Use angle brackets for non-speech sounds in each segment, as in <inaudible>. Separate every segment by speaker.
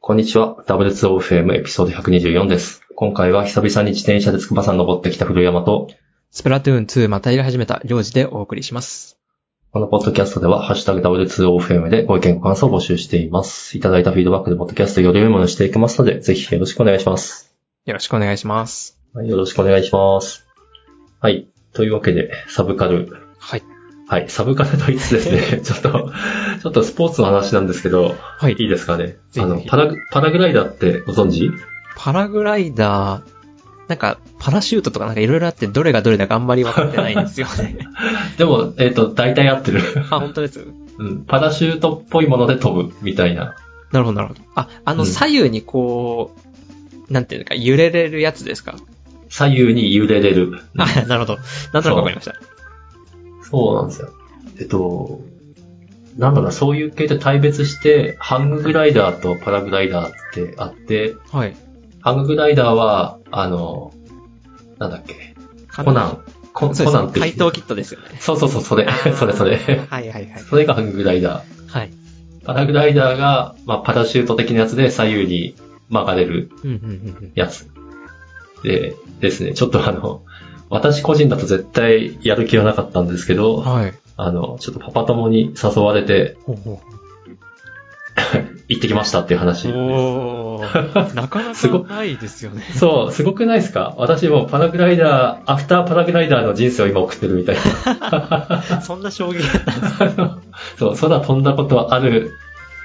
Speaker 1: こんにちは。W2OFM エピソード124です。今回は久々に自転車で筑波山登ってきた古山と、
Speaker 2: スプラトゥーン2またやり始めた領事でお送りします。
Speaker 1: このポッドキャストでは、ハッシュタグ W2OFM でご意見ご感想を募集しています。いただいたフィードバックでポッドキャストより良いものにしていきますので、ぜひよろしくお願いします。
Speaker 2: よろしくお願いします。
Speaker 1: はい、よろしくお願いします。はい。というわけで、サブカル。
Speaker 2: はい。
Speaker 1: はい、サブカルと言いつつです <laughs> ね、ちょっと、ちょっとスポーツの話なんですけど、
Speaker 2: はい
Speaker 1: い。いですかね。
Speaker 2: ぜひ
Speaker 1: あ
Speaker 2: ぜ
Speaker 1: の、
Speaker 2: ひ
Speaker 1: パラ、パラグライダーってご存知
Speaker 2: パラグライダー、なんか、パラシュートとかなんかいろいろあって、どれがどれだかあんまり分かってないんですよ
Speaker 1: <laughs>
Speaker 2: ね。
Speaker 1: でも、えっ、と、大体合ってる。
Speaker 2: あ、本当です。
Speaker 1: うん、パラシュートっぽいもので飛ぶみたいな。
Speaker 2: なるほど、なるほど。あ、あ
Speaker 1: う
Speaker 2: の、
Speaker 1: ん
Speaker 2: 左右にこう、なんていうのか、揺れれるやつですか
Speaker 1: 左右に揺れれる。
Speaker 2: あ、なるほど。なんとなくわかりました。
Speaker 1: そうなんですよ。えっと、なんだろうな、そういう系で対別して、ハンググライダーとパラグライダーってあって、
Speaker 2: はい。
Speaker 1: ハンググライダーは、あの、なんだっけ、コナン。コ
Speaker 2: そう
Speaker 1: コ
Speaker 2: です
Speaker 1: ナン
Speaker 2: ね
Speaker 1: っ。て。
Speaker 2: 怪盗キットですよね。
Speaker 1: そうそうそう、それ
Speaker 2: あ、ー
Speaker 1: <laughs> それそれ。
Speaker 2: はいはいはい。
Speaker 1: それがハンググライダー。
Speaker 2: はい。
Speaker 1: パラグライダーが、まあ、パラシュート的なやつで左右に曲がれる
Speaker 2: うんうんうん
Speaker 1: やつ。で、ですね、ちょっとあの、私個人だと絶対やる気はなかったんですけ
Speaker 2: うん。
Speaker 1: ど、
Speaker 2: はい。
Speaker 1: あの、ちょっとパパ友に誘われて
Speaker 2: ほうほ
Speaker 1: 行ってきましたっていう話
Speaker 2: う。。おー。なかな
Speaker 1: すご
Speaker 2: かないですよね。
Speaker 1: そう、すごくないですか私もうパラグライダー、アフターパラグライダーの人生を今送ってるみたい
Speaker 2: <laughs> そんな衝撃だったんです
Speaker 1: な。あ
Speaker 2: <laughs>
Speaker 1: のそう、空飛んだことある、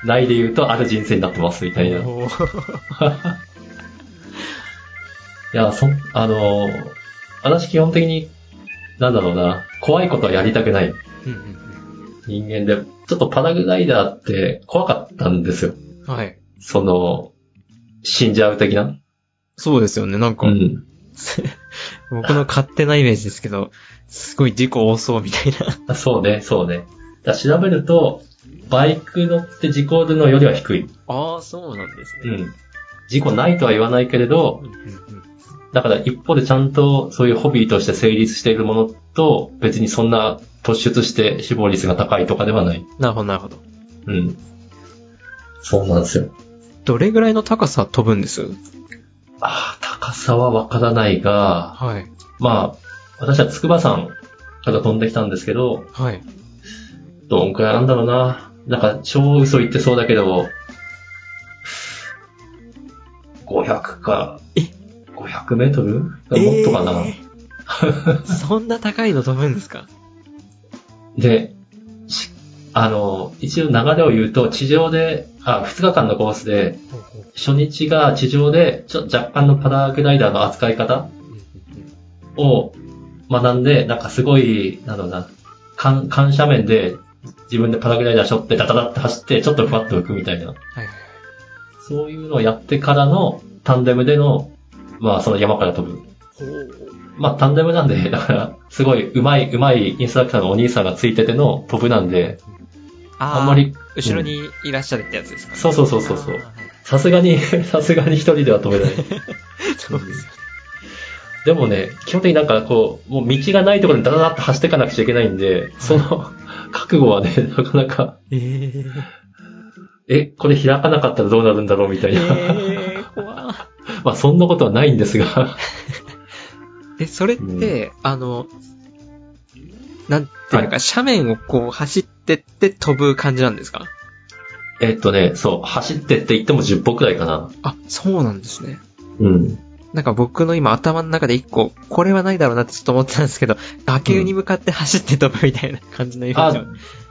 Speaker 1: ないで言うとある人生になってますみたいな。い
Speaker 2: おー
Speaker 1: や、そ、あの、私基本的に、なんだろうな、怖いことはやりたくない。
Speaker 2: うんうん
Speaker 1: 人間で、ちょっとパラグライダーって怖かったんですよ。
Speaker 2: うんはい。
Speaker 1: その、死んじゃう的な。
Speaker 2: そうですよね、なんか、
Speaker 1: ん。
Speaker 2: <laughs> 僕の勝手なイメージですけど、すごい事故多そうみたいな。
Speaker 1: そうね、そうね。だから調べると、バイク乗って事故るのよりは低い。
Speaker 2: ああ、そうなんです
Speaker 1: う。ん。事故ないとは言わないけれど
Speaker 2: う、んうんうん
Speaker 1: だから一方でちゃんとそういうホビーとして成立しているものと、別にそんな突出して死亡率が高いとかではない。
Speaker 2: なるほど、なるほど。
Speaker 1: うん。そうなんですよ。
Speaker 2: どれぐらいの高さ飛ぶんです
Speaker 1: ああ、高さはわからないが、
Speaker 2: はい。
Speaker 1: まあ、私は筑波山から飛んできたんですけど、
Speaker 2: はい。
Speaker 1: どんくらいなんだろうな。なんか、超嘘言ってそうだけど、500か、
Speaker 2: え
Speaker 1: ?500 メートルもっとかな。
Speaker 2: え <laughs> ーそんな高いの飛ぶんですか
Speaker 1: で、しあの、一応流れを言うと、地上で、あ、2日間のコースで、初日が地上で、ちょ若干のパラグライダーの扱い方を学んで、なんかすごい、なんだろうな、緩緩斜面で自分でパラグライダー背負ってダダダって走って、ちょっとふわっと浮くみたいな。
Speaker 2: はいはいはい。
Speaker 1: そういうのをやってからのタンデムでの、まあその山から飛ぶ。まあタンデムなんで、 <laughs> だから、すごい上手い、上手いインストラクターのお兄さんがついてての飛ぶなんで、
Speaker 2: あー
Speaker 1: あんま。り、
Speaker 2: 後ろにいらっしゃるってやつですか、ね
Speaker 1: そうそうそうそうそう
Speaker 2: あーはい
Speaker 1: さすがに、 <laughs> さすがに一人では飛べない。
Speaker 2: そうですよね。
Speaker 1: でもね、基本的になんかこう、もう道がないところにダダダって走っていかなくちゃいけないんで、その覚悟はね、なかなか、
Speaker 2: えー、
Speaker 1: え、これ開かなかったらどうなるんだろうみたいな。
Speaker 2: えー、怖っ
Speaker 1: <laughs> まあそんなことはないんですが。 <laughs>
Speaker 2: で、それって、あの、なんていうのか、斜面をこう走ってって飛ぶ感じなんですか
Speaker 1: えっとね、そう、走ってって言っても10歩くらいかな。
Speaker 2: あ、そうなんですね。
Speaker 1: うん。
Speaker 2: なんか僕の今頭の中で一個、これはないだろうなってちょっと思ってたんですけど、崖に向かって走って飛ぶみたいな感じのイメージは。
Speaker 1: あ、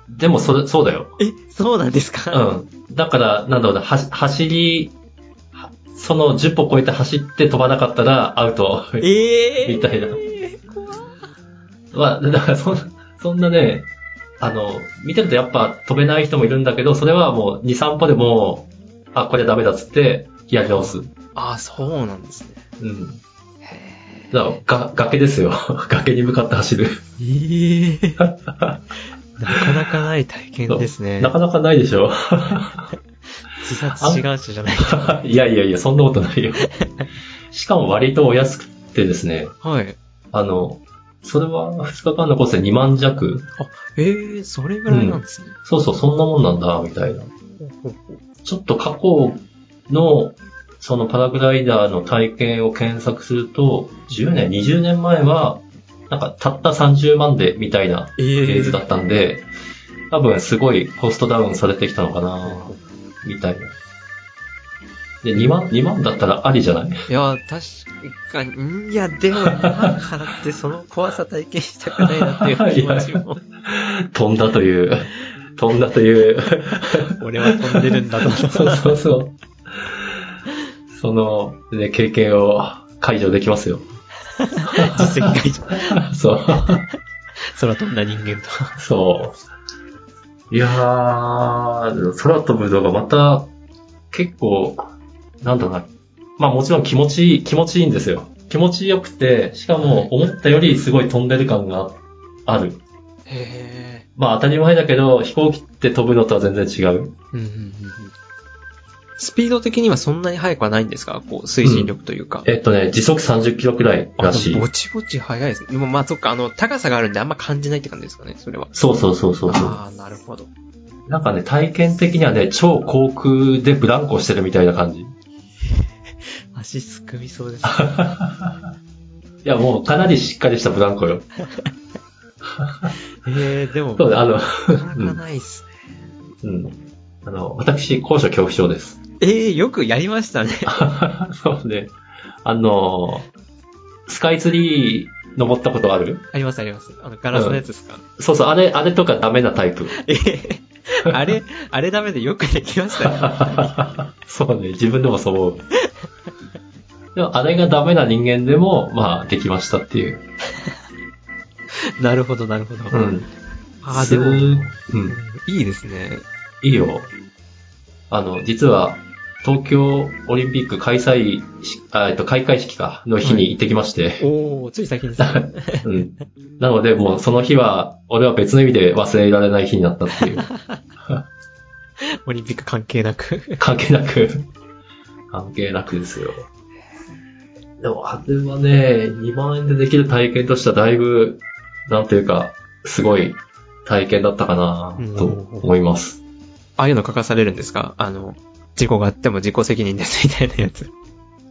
Speaker 1: でもそれ、そうだよ。
Speaker 2: え、そうなんです
Speaker 1: う
Speaker 2: か、
Speaker 1: ん。だから、なんだろうな、はし走り、はその10歩超えて走って飛ばなかったらアウト。
Speaker 2: ええー、
Speaker 1: みたいな
Speaker 2: 怖
Speaker 1: <laughs>
Speaker 2: っ
Speaker 1: まあ、だからそん、そんなね、あの、見てるとやっぱ飛べない人もいるんだけど、それはもう2、3歩でもう、あ、これダメだっつって、やり直す。
Speaker 2: あ、そうなんです <laughs> ね。
Speaker 1: うん。
Speaker 2: へー
Speaker 1: だから、が崖ですよ。 <laughs> 崖に向かって走る。
Speaker 2: えー、なかなかない体験ですね
Speaker 1: な。かなかないでしょ。 <laughs>
Speaker 2: 自殺志願者じゃないと。
Speaker 1: いやいやいや、そんなことない
Speaker 2: <laughs>
Speaker 1: よ。しかも割とお安くてですね、
Speaker 2: はい。
Speaker 1: あの、それは2日間のコースで2万弱
Speaker 2: えー、それぐらいなんですね。
Speaker 1: そうそう、そんなもんなんだ、みたいな。
Speaker 2: ほうほうほう
Speaker 1: ちょっと過去の、そのパラグライダーの体験を検索すると、10年、20年前は、なんかたった30万でみたいな
Speaker 2: え
Speaker 1: フ
Speaker 2: え
Speaker 1: ェーズだったんで、多分すごいコストダウンされてきたのかな、みたいな。で、2万、2万だったらありじゃない <laughs>
Speaker 2: いや、確かに、いや、でも、だからってその怖さ体験したくないなっていう気持ちも、
Speaker 1: 飛んだという、飛んだという。
Speaker 2: 俺は飛んでるんだ <laughs> と。
Speaker 1: そうそうそう。その、ね、経験を解除できますよ。
Speaker 2: 実績解除。
Speaker 1: そう。
Speaker 2: 空飛んだ人間と。
Speaker 1: そう。いやー、空飛ぶのがまた、結構、なんだろうな。まあもちろん気持ちいい、気持ちいいんですよ。気持ちよくて、しかも思ったよりすごい飛んでる感がある。
Speaker 2: へ
Speaker 1: まあ当たり前だけど、飛行機って飛ぶのとは全然違う。
Speaker 2: ーうんうんうんうんスピード的にはそんなに速くはないんですかこう、推進力というか。
Speaker 1: えっとね、時速30キロくらい
Speaker 2: あ
Speaker 1: らしい。
Speaker 2: ぼちぼち速いですね。でもまあ、そっか、あの、高さがあるんであんま感じないって感じですかね、それは。
Speaker 1: そうそうそうそうそう。
Speaker 2: ああ、なるほど。
Speaker 1: なんかね、体験的にはね、超航空でブランコしてるみたいな感じ。い
Speaker 2: 足すくみそうです。
Speaker 1: や、もうかなりしっかりしたブランコよ。
Speaker 2: えー、でも、
Speaker 1: そうね、あの、
Speaker 2: なかなかないっすね。
Speaker 1: うん。あの、私、高所恐怖症です。 <laughs>
Speaker 2: えー、よくやりま <laughs> したね。
Speaker 1: そうね。あの、スカイツリー登ったことある
Speaker 2: ありますあります。あの、ガラスのやつですか、
Speaker 1: そうそう、あれ、あれとかダメなタイプ。 <laughs>
Speaker 2: えー、あれ、あれダメでよくできましたね。
Speaker 1: そうね、自分でもそう思う。でも、あれがダメな人間でも、まあ、できましたっていう。
Speaker 2: <laughs> なるほど、なるほど。
Speaker 1: うん。
Speaker 2: ああ、で
Speaker 1: す
Speaker 2: も、うん
Speaker 1: うん。
Speaker 2: いいですね。
Speaker 1: いいよ。あの、実は、東京オリンピック開催し、あえっと、開会式か、の日に行ってきまして。
Speaker 2: おー、つい先に <laughs> さ。
Speaker 1: うん。なので、もうその日は、俺は別の意味で忘れられない日になったって <laughs> いう。
Speaker 2: オリンピック関係なく。
Speaker 1: 関係なく、関係なくですよ。でも、あれはね、2万円でできる体験としてはだいぶ、なんていうか、すごい体験だったかな、と思います。
Speaker 2: ああいうの書かされるんですかあの、事故があっても自己責任ですみたいなやつ。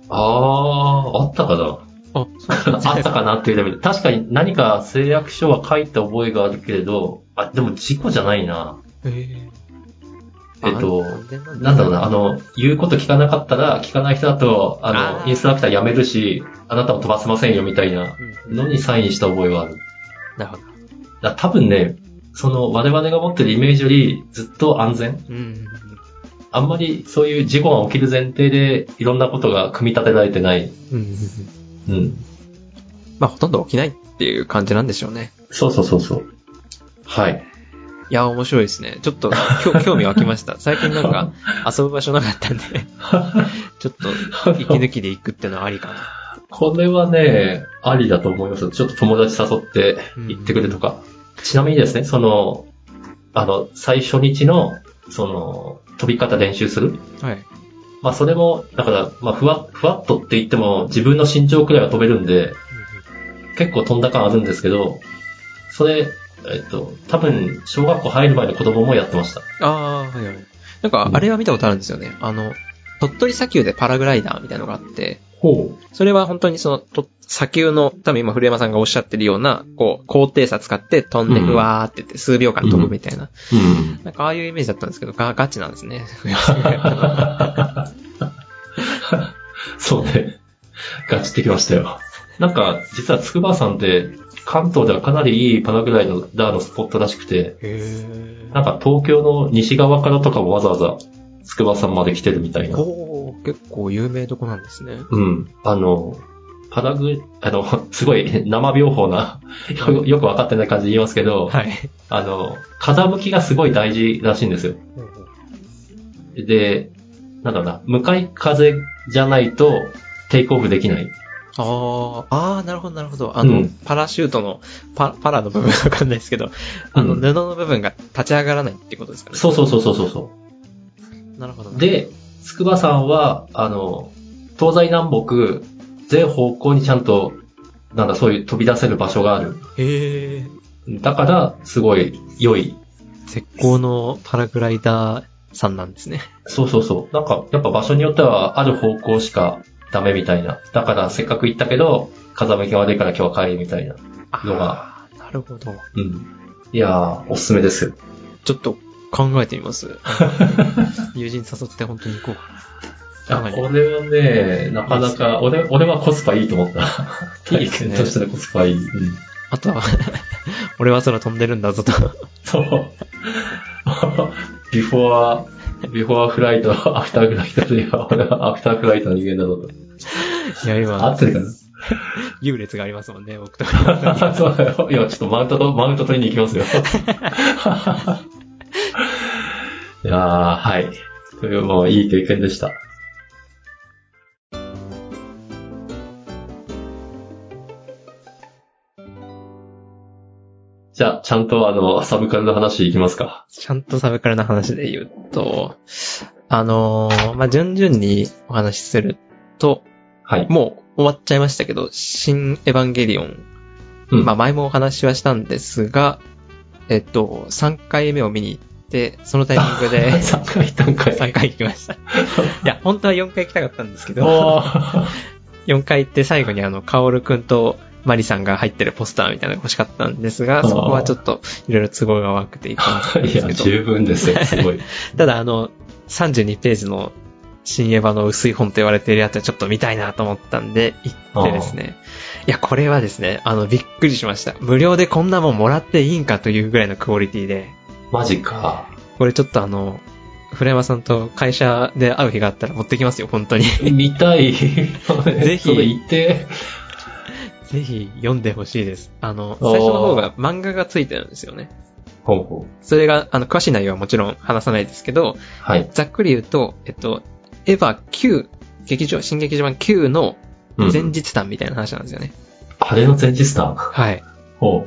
Speaker 1: あー、あったか <laughs> な
Speaker 2: あ、
Speaker 1: あったかなっていうレベル。確かに何か誓約書は書いた覚えがあるけれど、あ、でも事故じゃないな。
Speaker 2: えー、
Speaker 1: えっと
Speaker 2: 安全なん
Speaker 1: なんだろうな、あの、言うこと聞かなかったら、聞かない人だと、あの、
Speaker 2: あー
Speaker 1: インストラクター辞めるし、あなたも飛ばせませんよみたいな
Speaker 2: うん
Speaker 1: のにサインした覚えはある。
Speaker 2: なるほど。
Speaker 1: だ多分ね、その我々が持ってるイメージよりずっと安全。
Speaker 2: うん。
Speaker 1: あんまりそういう事故が起きる前提でいろんなことが組み立てられてない。
Speaker 2: うん。
Speaker 1: うん。
Speaker 2: まあ、ほとんど起きないっていう感じなんでしょうね。
Speaker 1: そうそうそうそう。はい。
Speaker 2: いや、面白いですね。ちょっと、き
Speaker 1: <laughs>
Speaker 2: ょ興味湧きました。最近なんか、遊ぶ場所なかったんで、ちょっと、息抜きで行くってのはありかな。
Speaker 1: これはね、ありだと思いますよ。ちょっと友達誘って行ってくれとか。ちなみにですね、その、あの、最初日の、その、飛び方練習する。
Speaker 2: はい。
Speaker 1: まあそれも、だから、まあふわ、ふわっとって言っても自分の身長くらいは飛べるんで、結構飛んだ感あるんですけど、それ、えっと、多分、小学校入る前の子供もやってました。
Speaker 2: ああー、はいはい。なんか、あれは見たことあるんですよね。あの、鳥取砂丘でパラグライダーみたいなのがあって、
Speaker 1: ほ
Speaker 2: それは本当にその、と砂丘の、多分今古山さんがおっしゃってるような、こう、高低差使って飛んで、
Speaker 1: うん
Speaker 2: ふわーって言って、数秒間飛ぶみたいな。
Speaker 1: う。うん。
Speaker 2: なんかああいうイメージだったんですけど、ガガチなんで
Speaker 1: <laughs>
Speaker 2: すね。
Speaker 1: そうね。ガチってきましたよ。なんか、実は筑波山って、関東ではかなりいいパラグライダーのスポットらしくて、
Speaker 2: へ <laughs> ー
Speaker 1: なんか東京の西側からとかもわざわざ筑波山まで来てるみたいな。
Speaker 2: おー、結構有名どこなんですね。
Speaker 1: うん。あの、パラグ、あの、すごい <laughs> 生病法な、よよくわかってない感じで言いますけど、
Speaker 2: はい。
Speaker 1: あの、風向きがすごい大事らしいんですよ。で、なんだろうな、向かい風じゃないと、テイクオフできない。
Speaker 2: ああ、ああ、なるほど、なるほど。あの、
Speaker 1: うん
Speaker 2: パラシュートの、パパラの部分わかんないですけど、あの、
Speaker 1: うん
Speaker 2: 布の部分が立ち上がらないってことですかね。。
Speaker 1: そうそうそうそうそうそう
Speaker 2: なるほど。
Speaker 1: う。、で、筑波山は、あの、東西南北、全方向にちゃんと、なんだ、そういう飛び出せる場所がある。
Speaker 2: へえ、
Speaker 1: だから、すごい良い。
Speaker 2: 絶好のパラグライダーさんなんですね。
Speaker 1: そうそうそう。なんか、やっぱ場所によっては、ある方向しかダメみたいな。だから、せっかく行ったけど、風向きが悪いから今日は帰りみたいな。のが
Speaker 2: あー。なるほど。
Speaker 1: うん。いやー、おすすめですよ。
Speaker 2: ちょっと考えて
Speaker 1: <laughs>
Speaker 2: みます。友人誘って本当に行こう
Speaker 1: あ
Speaker 2: はい
Speaker 1: これはね、なかなか、俺、俺はコスパいいと思った。
Speaker 2: いい
Speaker 1: 体
Speaker 2: ですね
Speaker 1: 験としてのコスパいい。うん
Speaker 2: あとは、 <laughs> 俺は空飛んでるんだぞと。
Speaker 1: そう。 <laughs> ビフォア、ビフォアフライト、アフターフライトで、俺はアフターフライトの人間だぞと。
Speaker 2: いや、
Speaker 1: 合
Speaker 2: 今
Speaker 1: っ、てるかな
Speaker 2: 優劣がありますもんね、僕と。
Speaker 1: <laughs> そうだよ。今ちょっとマウントと、マウント取りに行きますよ。 <laughs> いやー、はい。という、もういい経験でした。じゃあ、ちゃんとあの、サブカルの話いきますか。
Speaker 2: ちゃんとサブカルの話で言うと、あのーまあ、順々にお話しすると、
Speaker 1: はい。
Speaker 2: もう終わっちゃいましたけど、新エヴァンゲリオン。
Speaker 1: うん
Speaker 2: まあ、前もお話はしたんですが、えっと、3回目を見に行って、そのタイミングで
Speaker 1: <laughs> 3回、3回。
Speaker 2: <laughs> 3回行きました。いや、本当は4回行きたかったんですけど、
Speaker 1: おー
Speaker 2: 4回行って最後にあの、カオルくんとマリさんが入ってるポスターみたいなのが欲しかったんですが、
Speaker 1: あー
Speaker 2: そこはちょっといろいろ都合が悪くていかなかったん
Speaker 1: <laughs>
Speaker 2: で
Speaker 1: い
Speaker 2: す
Speaker 1: や、
Speaker 2: けど、
Speaker 1: 十分です
Speaker 2: <laughs>
Speaker 1: よ、すごい。
Speaker 2: ただあの、32ページの新エヴァの薄い本と言われているやつはちょっと見たいなと思ったんで、行ってですね。いや、これはですね、あの、びっくりしました。無料でこんなもんもらっていいんかというぐらいのクオリティで、
Speaker 1: マジか。
Speaker 2: これちょっとあの、古山さんと会社で会う日があったら持ってきますよ、本
Speaker 1: <laughs>
Speaker 2: 当に。
Speaker 1: 見た
Speaker 2: <laughs>
Speaker 1: い。ぜ
Speaker 2: ひ
Speaker 1: 行って。
Speaker 2: ぜひ読んでほしいです。あの、
Speaker 1: おー
Speaker 2: 最初の方が漫画がついてるんですよね。
Speaker 1: ほうほ
Speaker 2: それが、あの、詳しい内容はもちろん話さないですけど
Speaker 1: う。、はい。
Speaker 2: ざっくり言うと、えっと、エヴァ9、劇場、新劇場版9の
Speaker 1: うん
Speaker 2: 前日談みたいな話なんですよね。
Speaker 1: あれの前日談。
Speaker 2: はい。
Speaker 1: ほ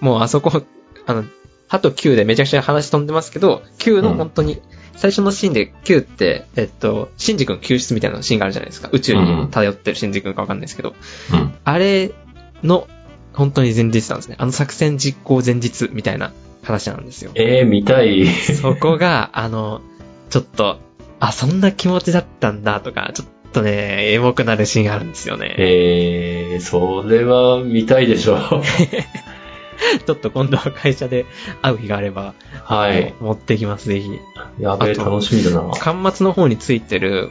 Speaker 2: もうあそこ、あの、ハと9でめちゃくちゃ話飛んでますけど、9の本当に、最初のシーンで9って、えっと、シンジ君救出みたいなシーンがあるじゃないですか。宇宙に漂ってるシンジ君かわかんないですけど、
Speaker 1: う。うん。。
Speaker 2: あれの、本当に前日なんですね。あの作戦実行前日みたいな話なんですよ
Speaker 1: えー、見たい。 <laughs>
Speaker 2: そこが、あの、ちょっと、あ、そんな気持ちだったんだとか、ちょっとね、エモくなるシーンがあるんですよね。
Speaker 1: えー、それは見たいでしょう。 <laughs>
Speaker 2: <laughs> ちょっと今度は会社で会う日があれば、
Speaker 1: はい。
Speaker 2: 持ってきます、ぜひ。
Speaker 1: やべえ、
Speaker 2: あと
Speaker 1: 楽しみだな。
Speaker 2: 端末の方についてる、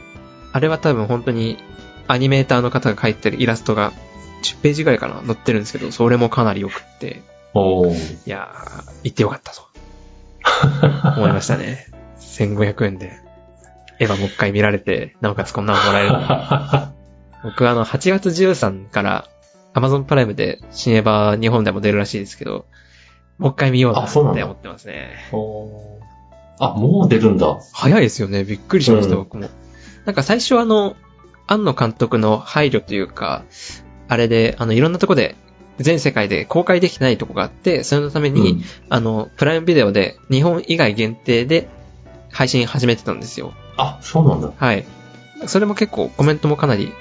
Speaker 2: あれは多分本当にアニメーターの方が描いてるイラストが10ページぐらいかな、載ってるんですけど、それもかなり良くって、
Speaker 1: お
Speaker 2: <laughs>
Speaker 1: ー。
Speaker 2: いやー、行ってよかったと。
Speaker 1: <laughs>
Speaker 2: 思いましたね。1500円で。エヴァもう一回見られて、なおかつこんなのもらえるの。僕はあの、8月13から、Amazon プライムで、新エヴァ日本でも出るらしいですけど、もう一回見ような
Speaker 1: あそうなん
Speaker 2: っ
Speaker 1: だ
Speaker 2: て思ってますね。
Speaker 1: おーあ、もう出るんだ。
Speaker 2: 早いですよね。びっくりしました、
Speaker 1: うん
Speaker 2: 僕も。なんか最初あの、庵野監督の配慮というか、あれで、あの、いろんなとこで、全世界で公開できてないとこがあって、それのために、
Speaker 1: うん
Speaker 2: あの、プライムビデオで、日本以外限定で、配信始めてたんですよ。
Speaker 1: あ、そうなんだ。
Speaker 2: はい。それも結構コメントもかなり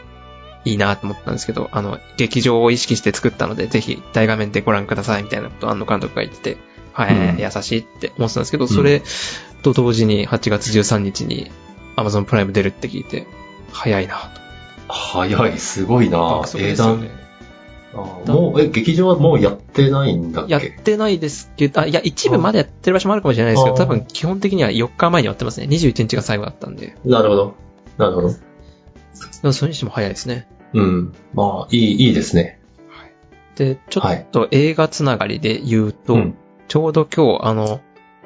Speaker 2: いいなと思ったんですけど、あの、劇場を意識して作ったので、ぜひ大画面でご覧くださいみたいなことを安野監督が言ってて、はい、
Speaker 1: うん
Speaker 2: 優しいって思ってたんですけど、それと同時に8月13日に Amazon プライム出るって聞いて、早いな
Speaker 1: 早い、すごいな
Speaker 2: と。爆。速
Speaker 1: 英
Speaker 2: ですよね
Speaker 1: 断。あーもう、え、劇場はもうやってないんだっ
Speaker 2: やっ
Speaker 1: け
Speaker 2: てないですけど、あ、いや、一部までやってる場所もあるかもしれないですけど、
Speaker 1: あー
Speaker 2: 多分基本的には4日前に終わってますね。21日が最後だったんで。
Speaker 1: なるほど。なるほど。
Speaker 2: でもそれにしても早いですね。
Speaker 1: うん。まあ、いい、いいですね。
Speaker 2: で、ちょっと映画つながりで言うと、
Speaker 1: うん。
Speaker 2: ちょうど今日、あの、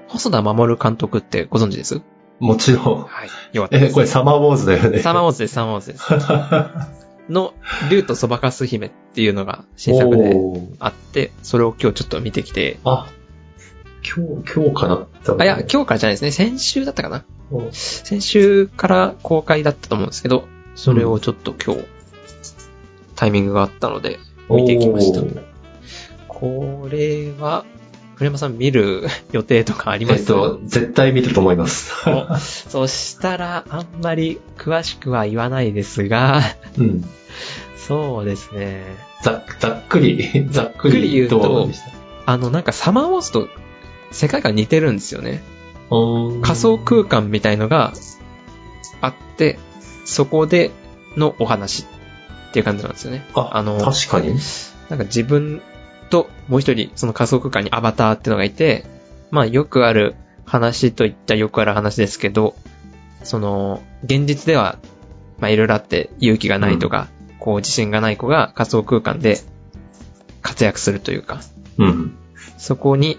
Speaker 2: 細田守監督ってご存知です
Speaker 1: もちろん。 <laughs>
Speaker 2: はい。よかった
Speaker 1: え、
Speaker 2: です。
Speaker 1: これサマーウォーズだよね。
Speaker 2: サマーウォーズです、サマーウォー
Speaker 1: <laughs>
Speaker 2: ズです。の、竜とそばかす姫っていうのが新作で
Speaker 1: おー
Speaker 2: あって、それを今日ちょっと見てきて、
Speaker 1: あ、今日、今日かな多分
Speaker 2: あ、いや、今日からじゃないですね。先週だったかな
Speaker 1: うん
Speaker 2: 先週から公開だったと思うんですけど、それをちょっと今日、タイミングがあったので、見てきました
Speaker 1: おー
Speaker 2: これは、古山さん見る予定とかありま
Speaker 1: えっ
Speaker 2: す
Speaker 1: と、絶対見ると思います。
Speaker 2: <laughs> おそしたら、あんまり詳しくは言わないですが、 <laughs>
Speaker 1: うん。
Speaker 2: そうですね。
Speaker 1: ざざっくり、ざっくり
Speaker 2: ざっくり言うと
Speaker 1: どでした
Speaker 2: あの、なんかサマーウォーズと世界観似てるんですよね。仮想空間みたいのがあって、そこでのお話っていう感じなんですよね。
Speaker 1: あ、
Speaker 2: あの
Speaker 1: 確かに。
Speaker 2: なんか自分ともう一人、その仮想空間にアバターってのがいて、まあよくある話といったよくある話ですけど、その、現実では、まあいろいろあって勇気がないとか、こう自信がない子が仮想空間で活躍するというか、
Speaker 1: うん。
Speaker 2: そこに、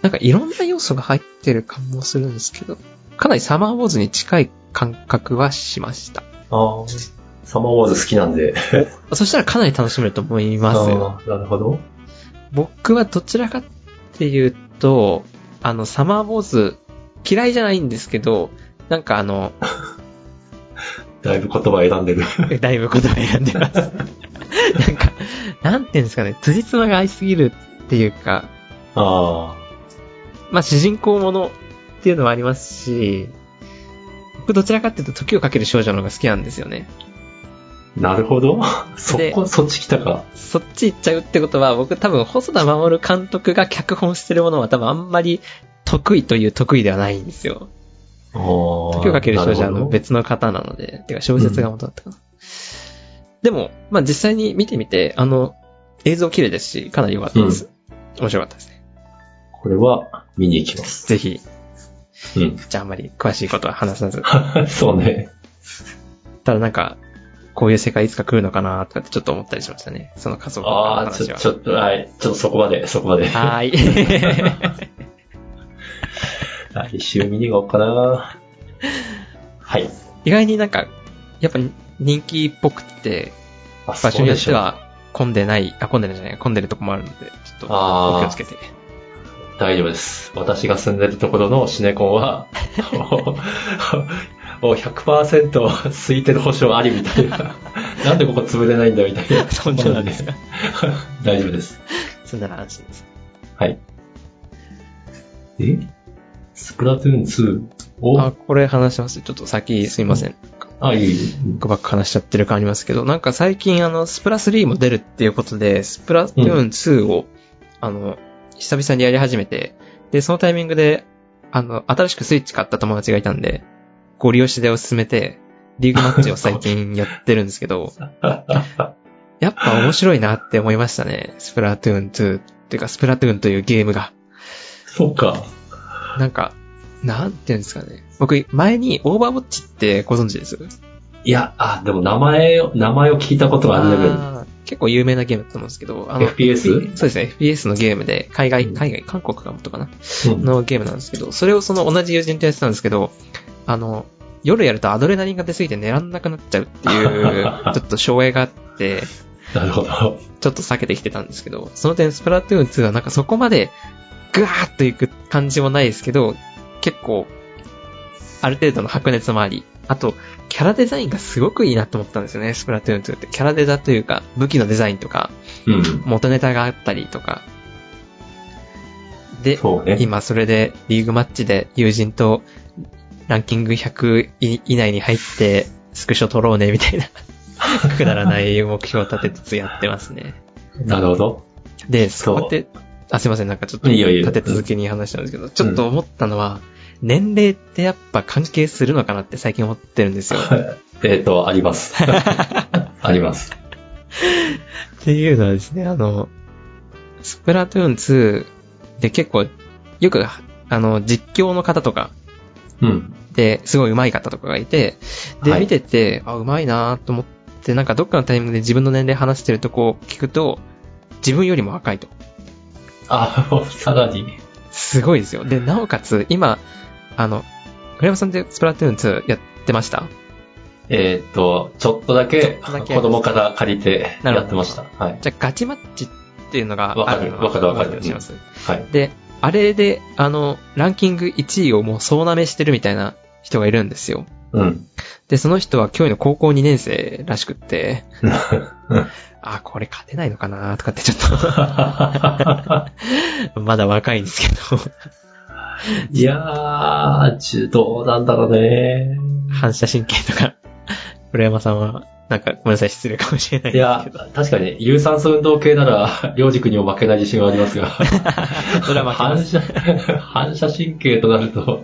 Speaker 2: なんかいろんな要素が入ってる感もするんですけど、かなりサマーウォーズに近い感覚はしました。
Speaker 1: ああ、サマーウォーズ好きなんで。
Speaker 2: そしたらかなり楽しめると思います
Speaker 1: あ
Speaker 2: よ。
Speaker 1: あ、なるほど。
Speaker 2: 僕はどちらかっていうと、あの、サマーウォーズ嫌いじゃないんですけど、なんかあの、
Speaker 1: だいぶ言葉選んでる。
Speaker 2: だいぶ言葉選んでます。なんか、なんていうんですかね、辻褄が合いすぎるっていうか、
Speaker 1: ああ、
Speaker 2: まあ主人公ものっていうのもありますし、僕どちらかっていうと時をかける少女の方が好きなんですよね。
Speaker 1: なるほど。 <laughs> そこ、そっち来たか。
Speaker 2: そっち行っちゃうってことは、僕多分細田守監督が脚本してるものは多分あんまり得意という得意ではないんですよ。
Speaker 1: ああ。
Speaker 2: 時をかける少女はあ
Speaker 1: なる
Speaker 2: の
Speaker 1: ほど
Speaker 2: 別の方なので、てか小説が元だったかな。でも、まあ、実際に見てみて、あの、映像綺麗ですし、かなり良かったです。面白かったですね。
Speaker 1: これは見に行きます。
Speaker 2: ぜひ、
Speaker 1: うん。
Speaker 2: じゃああんまり詳しいことは話さず、
Speaker 1: <laughs> そうね。
Speaker 2: ただなんか、こういう世界いつか来るのかなとかってちょっと思ったりしましたね。その家族の
Speaker 1: ああ、
Speaker 2: 話
Speaker 1: ちょ、
Speaker 2: は。
Speaker 1: ちょっと、はい。ちょっとそこまで、そこまで。
Speaker 2: はーい。
Speaker 1: 来週見に行こうかな。はい。
Speaker 2: <laughs> 意外になんか、やっぱ人気っぽくて、
Speaker 1: あ
Speaker 2: 場所によって。
Speaker 1: そうでしょう
Speaker 2: は混んでない、あ、混んでるんじゃない、混んでるとこもあるので、ちょっとお気を
Speaker 1: あ
Speaker 2: つけて。
Speaker 1: あ、大丈夫です。私が住んでるところのシネコンは、 <laughs> もう100%空いてる保証ありみたいな。 <laughs> なんでここ潰れないんだみたいな。
Speaker 2: そんななんですか。
Speaker 1: <laughs> 大丈夫です。
Speaker 2: <laughs> そんなら安心です。
Speaker 1: はい。えスプラトゥーン2を
Speaker 2: あ、これ話します。ちょっと先すいません。
Speaker 1: あ、いい。
Speaker 2: バックバック話しちゃってる感ありますけど、なんか最近あの、スプラ3も出るっていうことで、スプラトゥーン2を、あの、久々にやり始めて、で、そのタイミングで、あの、新しくスイッチ買った友達がいたんで、ご利用しでおすすめて、リーグマッチを最近やってるんですけど、やっぱ面白いなって思いましたね。スプラトゥーン2っていうか、スプラトゥーンというゲームが。
Speaker 1: そうか。
Speaker 2: なんか、なんていうんですかね。僕、前にオーバーウォッチってご存知です
Speaker 1: いや、あ、でも名前を、名前を聞いたことがあるレベル。
Speaker 2: あー結構有名なゲームだと思うんですけど、あの、
Speaker 1: FPS？
Speaker 2: そうですね、FPS のゲームで、海外、
Speaker 1: うん
Speaker 2: 海外、韓国が元かな
Speaker 1: うん
Speaker 2: のゲームなんですけど、それをその同じ友人とやってたんですけど、あの、夜やるとアドレナリンが出すぎて寝らんなくなっちゃうっていう、ちょっと障害があって、
Speaker 1: なるほど。
Speaker 2: ちょっと避けてきてたんですけど、その点スプラトゥーン2はなんかそこまでグワーッといく感じもないですけど、結構、ある程度の白熱もあり、あと、キャラデザインがすごくいいなと思ったんですよね、スプラトゥーン2って。キャラデザというか、武器のデザインとか、
Speaker 1: うん。
Speaker 2: 元ネタがあったりとか。で、
Speaker 1: そうね。
Speaker 2: 今それでリーグマッチで友人とランキング100位以内に入ってスクショ取ろうねみたいなくだらない目標を立てつつやってますね。
Speaker 1: なるほど。
Speaker 2: で、
Speaker 1: そう
Speaker 2: そこって、あ、すいません、なんかちょっと
Speaker 1: いいよいいよ
Speaker 2: 立て続けに話したんですけど、ちょっと思ったのは、年齢ってやっぱ関係するのかなって最近思ってるんですよ。
Speaker 1: えっ、と、あり
Speaker 2: <laughs>
Speaker 1: ます。あります。
Speaker 2: っていうのはですね、あの、スプラトゥーン2で結構、よく、あの、実況の方とか
Speaker 1: うん。
Speaker 2: で、すごい上手い方とかがいて、で、
Speaker 1: はい
Speaker 2: 見てて、あ、上手いなと思って、なんかどっかのタイミングで自分の年齢話してるとこを聞くと、自分よりも若いと。
Speaker 1: あ、 <laughs> もうさらに。
Speaker 2: すごいですよ。で、なおかつ、今、あの、栗山さんってスプラトゥーン2やってました
Speaker 1: えっ、と、ちょっとだけ
Speaker 2: ちょっとだけ
Speaker 1: 子供から借りて
Speaker 2: なる
Speaker 1: や
Speaker 2: ほど
Speaker 1: ってました。はい。
Speaker 2: じゃあガチマッチっていうのが
Speaker 1: わ
Speaker 2: あ
Speaker 1: かる
Speaker 2: の
Speaker 1: わかるわかる
Speaker 2: 思ったりします。
Speaker 1: はい。
Speaker 2: で、あれで、あの、ランキング1位をもう総なめしてるみたいな人がいるんですよ。 <laughs>
Speaker 1: うん。
Speaker 2: で、その人は今日の高校2年生らし
Speaker 1: <laughs>
Speaker 2: くって、あ、これ勝てないのかなとかってちょっと、 <laughs> まだ若いんですけど、
Speaker 1: いやー、ちゅどうなんだろうね。
Speaker 2: 反射神経とか、村山さんは、なんかごめんなさい、失礼かもしれな
Speaker 1: い
Speaker 2: いです
Speaker 1: や、確かに、有酸素運動系なら、 <laughs> 両軸にも負 <laughs> けない自信はありますが、
Speaker 2: けど、ドラマ
Speaker 1: <laughs> 反射、反射神経となると、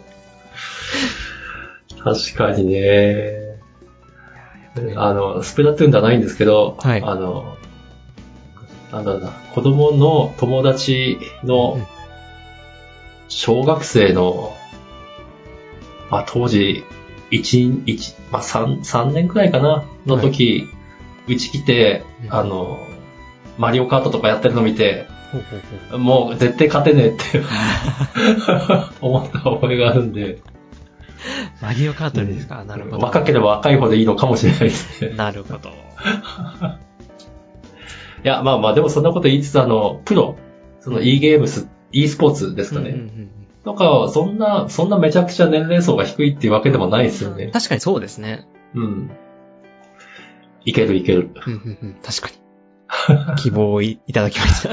Speaker 1: 確かにね。あの、スプラトゥーンではないんですけど、
Speaker 2: はい
Speaker 1: あの、なんだろうな、子供の友達
Speaker 2: う
Speaker 1: の
Speaker 2: ん
Speaker 1: 小学生の、まあ当時、1、一まあ3、三年くらいかな、の時、うち来て、
Speaker 2: うん
Speaker 1: あの、マリオカートとかやってるの見て、
Speaker 2: ほうほうほう
Speaker 1: もう絶対勝てねえって
Speaker 2: <laughs>
Speaker 1: 思った覚えがあるんで、
Speaker 2: マリオカートですか、なるほど。
Speaker 1: 若ければ若いほどいいのかもしれないですね。
Speaker 2: なるほど。
Speaker 1: いや、まあまあ、でもそんなこと言いつつ、あの、プロ、その e ゲームス、e スポーツですかね。
Speaker 2: うんうんうん
Speaker 1: とか、そんな、そんなめちゃくちゃ年齢層が低いっていうわけでもないですよね。
Speaker 2: 確かにそうですね。
Speaker 1: うん。いけるいける。
Speaker 2: うんうんうん確かに。希望をいいただきました。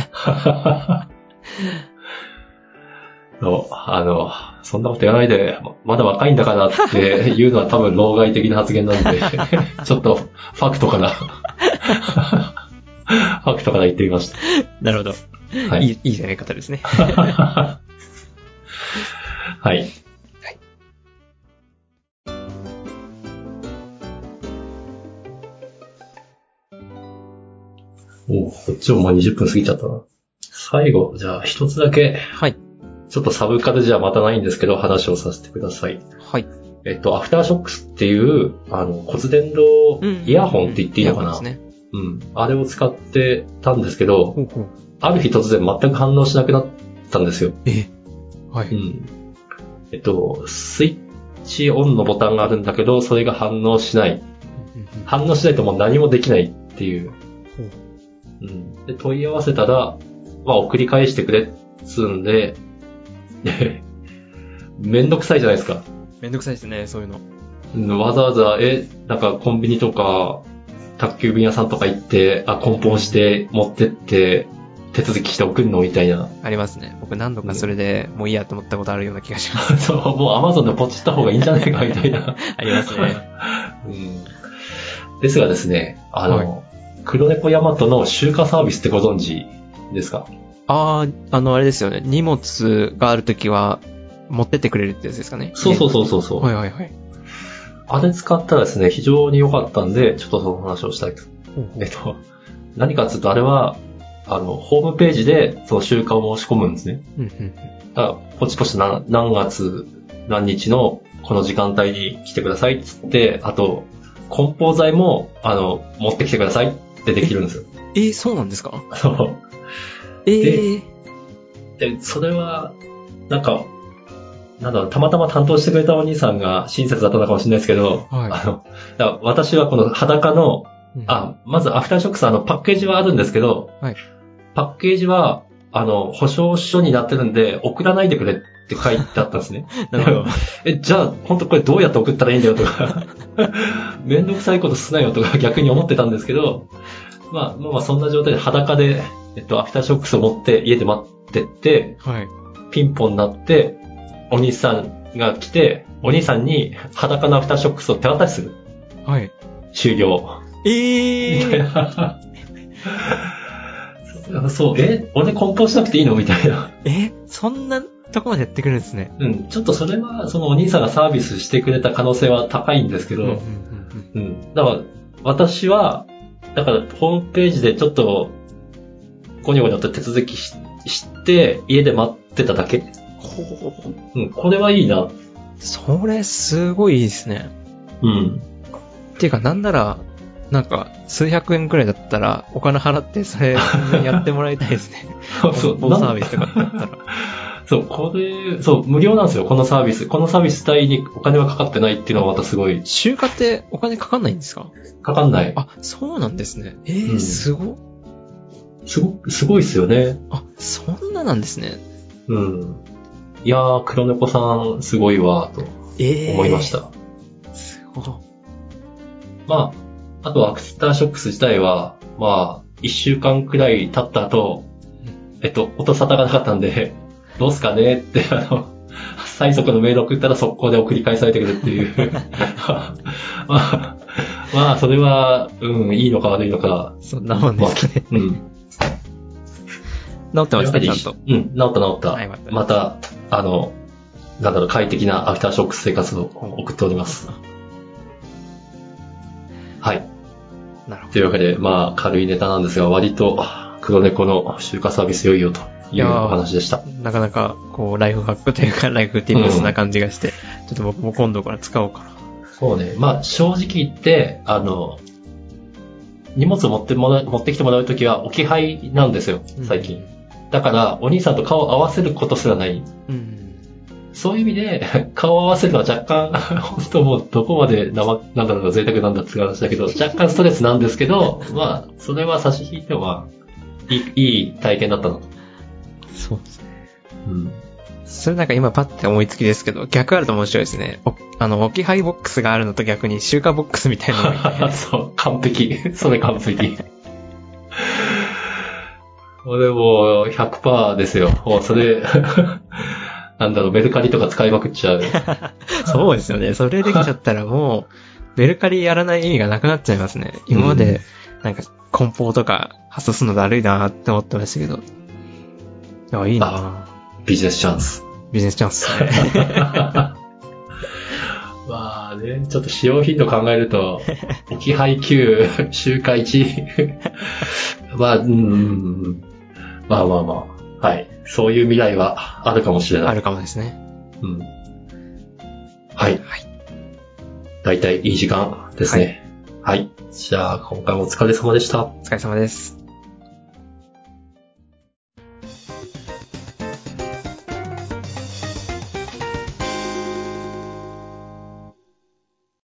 Speaker 2: <laughs>
Speaker 1: そうあの、そんなこと言わないで、ままだ若いんだからっていうのは多分老害的な発言なんで、ちょっとファクトから、ファクトから言ってみました。
Speaker 2: なるほど。
Speaker 1: はいい。
Speaker 2: い、いい攻め
Speaker 1: <laughs>
Speaker 2: 方ですね。
Speaker 1: はい。おうこっちももう20分過ぎちゃったな。最後、じゃあ一つだけ、
Speaker 2: はい。
Speaker 1: ちょっとサブカルじゃまたないんですけど、話をさせてください。
Speaker 2: はい。
Speaker 1: えっと、アフターショックスっていう、あの、骨伝導イヤホンって言っていいのかな、
Speaker 2: イヤホンですね。
Speaker 1: うん。あれを使ってたんですけど、
Speaker 2: ほうほう。
Speaker 1: ある日突然全く反応しなくなったんですよ。
Speaker 2: えは
Speaker 1: う
Speaker 2: い。
Speaker 1: ん。えっと、スイッチオンのボタンがあるんだけど、それが反応しない。反応しないともう何もできないっていう。
Speaker 2: ほう
Speaker 1: うん。で、問い合わせたら、まあ、送り返してくれっつうんで、で <laughs> めんどくさいじゃないですか。
Speaker 2: めんどくさいですね、そういうの。
Speaker 1: うんわざわざ、え、なんかコンビニとか、宅急便屋さんとか行って、あ、梱包して、持ってって、手続きして送るのみたいな。 <laughs>
Speaker 2: ありますね。僕何度かそれでもういいやと思ったことあるような気がし
Speaker 1: <laughs>
Speaker 2: ます。
Speaker 1: そう、もう Amazon でポチった方がいいんじゃないか、みたいな。
Speaker 2: ありますね。
Speaker 1: うんですがですね、あの、
Speaker 2: は
Speaker 1: 黒猫ヤマトの集荷サービスってご存知ですか
Speaker 2: ああ、あの、あれですよね。荷物があるときは、持ってってくれるってやつですかね。
Speaker 1: そうそう
Speaker 2: う。
Speaker 1: そうそうそう、
Speaker 2: はいはいはい。
Speaker 1: あれ使ったらですね、非常に良かったんで、ちょっとその話をしたいと。
Speaker 2: うん
Speaker 1: えっと、 <laughs> 何かっていうと、あれは、あの、ホームページで、その集荷を申し込むんですね。
Speaker 2: うんうん
Speaker 1: だから、ポチポチな何月、何日のこの時間帯に来てくださいっつって、あと、梱包材も、あの、持ってきてくださいってできるんですよ。 <laughs>
Speaker 2: えー、そうなんですか
Speaker 1: そう。
Speaker 2: ええー。
Speaker 1: で、それは、なんか、なんだろう、たまたま担当してくれたお兄さんが親切だったのかもしれないですけど、
Speaker 2: はい
Speaker 1: あの、だから私はこの裸の、
Speaker 2: うん、
Speaker 1: あ、まずアフターショックさん、あの、パッケージはあるんですけど、
Speaker 2: はい
Speaker 1: パッケージは、あの、保証書になってるんで、送らないでくれって書いてあったんですね。
Speaker 2: <laughs> なるほど。
Speaker 1: え、じゃあ、本当これどうやって送ったらいいんだよとか、 <laughs> めんどくさいことすなよとか逆に思ってたんですけど、まあ、まあまあ、そんな状態で裸で、えっと、アフターショックスを持って家で待ってって、
Speaker 2: はい。
Speaker 1: ピンポンになって、お兄さんが来て、お兄さんに裸のアフターショックスを手渡しする。
Speaker 2: はい。
Speaker 1: 終了。
Speaker 2: ええ <laughs> ー。
Speaker 1: <laughs> そう、え、俺梱包しなくていいのみたいな。
Speaker 2: え、そんなとこまでやってくるんですね。
Speaker 1: うん、ちょっとそれは、そのお兄さんがサービスしてくれた可能性は高いんですけ
Speaker 2: うんうんう
Speaker 1: ど、
Speaker 2: ん
Speaker 1: うん。だから、私は、だから、ホームページでちょっと、ゴニョゴニョと手続きしして、家で待ってただけ。うん、これはいいな。
Speaker 2: うんそれ、すごいいいですね。
Speaker 1: うん。
Speaker 2: っていうか、なんなら、なんか、数百円くらいだったら、お金払って、 <laughs> それ、やってもらいたいです <laughs> ね。
Speaker 1: <laughs> そう、
Speaker 2: ボーサービスとかだったら。
Speaker 1: そう、これ、そう、無料なんですよ、このサービス。このサービス体にお金はかかってないっていうのはまたすごい、
Speaker 2: 集荷ってお金かかんないんですか
Speaker 1: かかんない。
Speaker 2: あ、そうなんですね。え
Speaker 1: う
Speaker 2: ー、
Speaker 1: ん
Speaker 2: すご。
Speaker 1: すごく、すごいですよね。
Speaker 2: あ、そんななんですね。
Speaker 1: うん。いやー、黒猫さん、すごいわーと
Speaker 2: ええー。
Speaker 1: 思いまし。た。
Speaker 2: すご
Speaker 1: まあ、あと、アクスターショックス自体は、まあ、一週間くらい経った後、えっと、音沙汰がなかったんで、 <laughs> どうすかねって、あの、最速のメール送ったら速攻で送り返されてくるっていう。まあ、まあ、それは、うん、いいのか悪いのか、
Speaker 2: い。そんなもんですかね。
Speaker 1: うん。
Speaker 2: 治ってました、ちゃんと。
Speaker 1: うん、治った治った。
Speaker 2: はいまた
Speaker 1: また、あの、なんだろう、快適なアフターショックス生活を送っております。はい。
Speaker 2: なるほ
Speaker 1: というわけで、まあ、軽いネタなんですが、割と黒猫の集荷サービス良いよと
Speaker 2: い
Speaker 1: いう
Speaker 2: やー
Speaker 1: お話でした。
Speaker 2: ど。なかなか、こう、ライフハックというか、ライフティップスな感じがして、ちょっと僕も今度から使おうかな。
Speaker 1: そうね。まあ、正直言って、あの、荷物持ってもら、持ってきてもらうときは置き配なんですよ、最近。だから、お兄さんと顔を合わせることすらない。
Speaker 2: うん。
Speaker 1: そういう意味で、 <laughs> 顔を合わせるのは若干、 <laughs> 本当もうどこまで生、なんだろうな、贅沢なんだって話だけど、若干ストレスなんですけど、まあ、それは差し引いては、いい、いい体験だったなと。
Speaker 2: そうですね。
Speaker 1: うん。
Speaker 2: それなんか今パッて思いつきですけど、逆あると面白いですね。おあの、置き配ボックスがあるのと逆に、集荷ボックスみたいなのが
Speaker 1: <laughs>
Speaker 2: いて
Speaker 1: そう、完璧。それ完璧。これもう100%ですよ。もうそれ、 <laughs> なんだろう、メルカリとか使いまくっちゃう。
Speaker 2: <laughs> そうですよね。それできちゃったらも <laughs> う、メルカリやらない意味がなくなっちゃいますね。今まで、なんか、梱包とか、発送するのだるいなって思ってましたけど。いや、いいな
Speaker 1: ビジネスチャンス。
Speaker 2: ビジネスチャンスですね。
Speaker 1: <laughs> まあね、ちょっと使用頻度考えると、置き配9、周回1。まあ、うんうんうん。まあまあまあ。はい。そういう未来はあるかもしれない。
Speaker 2: あるかもですね。
Speaker 1: うん。はい。だいたいいい時間ですね。はい。じゃあ、今回もお疲れ様でした。
Speaker 2: お疲れ様です。